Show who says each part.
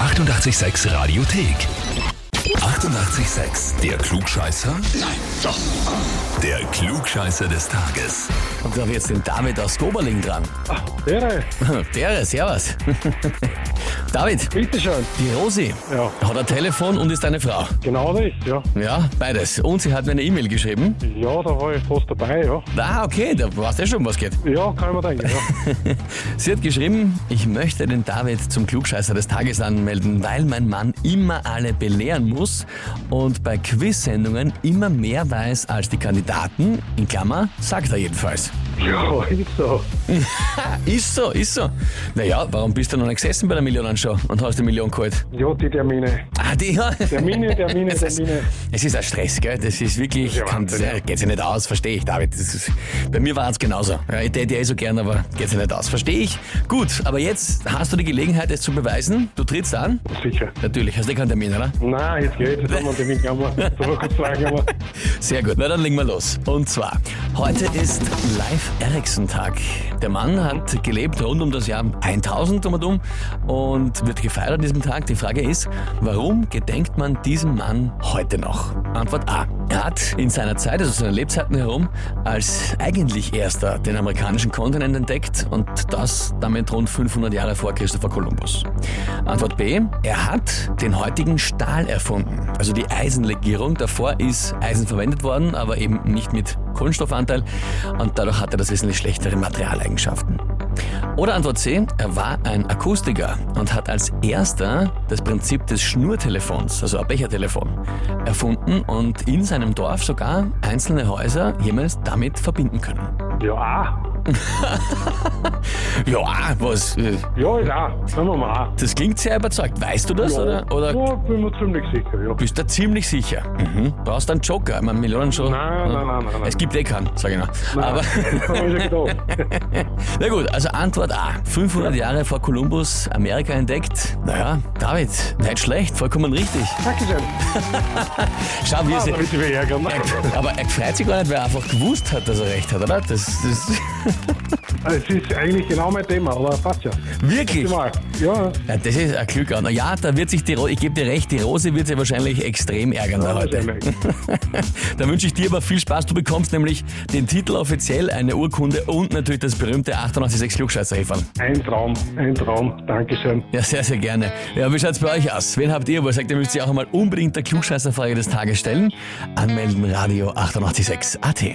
Speaker 1: 886 Radiothek. 88,6. Der Klugscheißer? Nein, doch. Der Klugscheißer des Tages.
Speaker 2: Und da habe ich jetzt den David aus Goberling dran.
Speaker 3: Wäre,
Speaker 2: Bäre, servus. David,
Speaker 3: bitteschön.
Speaker 2: die Rosi
Speaker 3: Ja.
Speaker 2: hat ein Telefon und ist eine Frau.
Speaker 3: Genau das, ja.
Speaker 2: Ja, beides. Und sie hat mir eine E-Mail geschrieben.
Speaker 3: Ja, da war ich fast dabei, ja.
Speaker 2: Ah, okay, da weißt du ja schon, was geht.
Speaker 3: Ja, kann ich mir denken, ja.
Speaker 2: Sie hat geschrieben, ich möchte den David zum Klugscheißer des Tages anmelden, weil mein Mann immer alle belehren muss und bei Quiz-Sendungen immer mehr weiß als die Kandidaten. In Klammer, sagt er jedenfalls.
Speaker 3: ja, ist so.
Speaker 2: Ist so, ist so. Naja, warum bist du noch nicht gesessen bei der Millionenshow und hast die Million geholt?
Speaker 3: Ja, die Termine.
Speaker 2: Ah, die, ja.
Speaker 3: Termine, Termine,
Speaker 2: Es ist,
Speaker 3: Termine.
Speaker 2: es ist ein Stress, gell? Das ist wirklich,
Speaker 3: Das ist ja
Speaker 2: kann,
Speaker 3: Wahnsinn, ja.
Speaker 2: geht sich nicht aus, verstehe ich, David. Das ist, bei mir war es genauso. Ja, ich täte ja eh so gern, aber geht sich nicht aus, verstehe ich. Gut, aber jetzt hast du die Gelegenheit, es zu beweisen. Du trittst an.
Speaker 3: Sicher.
Speaker 2: Natürlich, hast du eh keinen Termin, oder?
Speaker 3: Nein, jetzt geht's, jetzt haben wir den Termin gehabt. So war kurz sagen, aber
Speaker 2: Sehr gut, na dann legen wir los. Und zwar, heute ist Live Ericsson Tag. Der Mann hat gelebt rund um das Jahr 1000 um und um und wird gefeiert an diesem Tag. Die Frage ist, warum gedenkt man diesem Mann heute noch? Antwort A. Er hat in seiner Zeit, also seinen Lebzeiten herum, als eigentlich erster den amerikanischen Kontinent entdeckt und das damit rund 500 Jahre vor Christopher Kolumbus. Antwort B. Er hat den heutigen Stahl erfunden, also die Eisenlegierung. Davor ist Eisen verwendet worden, aber eben nicht mit Kohlenstoffanteil und dadurch hatte das wesentlich schlechtere Materialeigenschaften. Oder Antwort C. Er war ein Akustiker und hat als erster das Prinzip des Schnurtelefons, also ein Bechertelefon, erfunden und in seinem Dorf sogar einzelne Häuser jemals damit verbinden können.
Speaker 3: ja, ah.
Speaker 2: Ja, was? äh,
Speaker 3: Ja, ist ah. Sagen wir mal ah.
Speaker 2: Das klingt sehr überzeugt. Weißt du das?
Speaker 3: Ja,
Speaker 2: Oder, oder
Speaker 3: ja, bin mir ziemlich sicher, ja.
Speaker 2: Bist du ziemlich sicher? Mhm. Brauchst einen Joker? Ich meine, Millionen schon.
Speaker 3: Nein, nein, nein, nein, nein.
Speaker 2: Es gibt eh keinen, sag ich noch. Aber,
Speaker 3: Hab ich schon gedacht.
Speaker 2: na gut, also Antwort A. 500 Jahre vor Kolumbus Amerika entdeckt. Naja, David, nicht schlecht, vollkommen richtig.
Speaker 3: Dankeschön.
Speaker 2: Schau, wir
Speaker 3: Ah,
Speaker 2: sind.
Speaker 3: da wird sie mich ärgern.
Speaker 2: Aber er freut sich gar nicht, weil er einfach gewusst hat, dass er recht hat, oder? Das, das
Speaker 3: Es ist eigentlich genau mein Thema, aber passt ja.
Speaker 2: wirklich.
Speaker 3: Optimal. Ja,
Speaker 2: Ja, das ist ein Glück an. Ja, da wird sich die Rose, ich gebe dir recht, die Rose wird sich wahrscheinlich extrem ärgern da
Speaker 3: das
Speaker 2: heute.
Speaker 3: ist
Speaker 2: da wünsche ich dir aber viel Spaß. Du bekommst nämlich den Titel offiziell, eine Urkunde und natürlich das berühmte 886 klugscheißer -Häferl.
Speaker 3: ein Traum, ein Traum. Dankeschön.
Speaker 2: Ja, sehr, sehr gerne. Ja, wie schaut's bei euch aus? Wen habt ihr, wo ihr sagt, ihr müsst ihr auch einmal unbedingt der Klugscheißerfrage des Tages stellen? Anmelden, Radio 886 AT.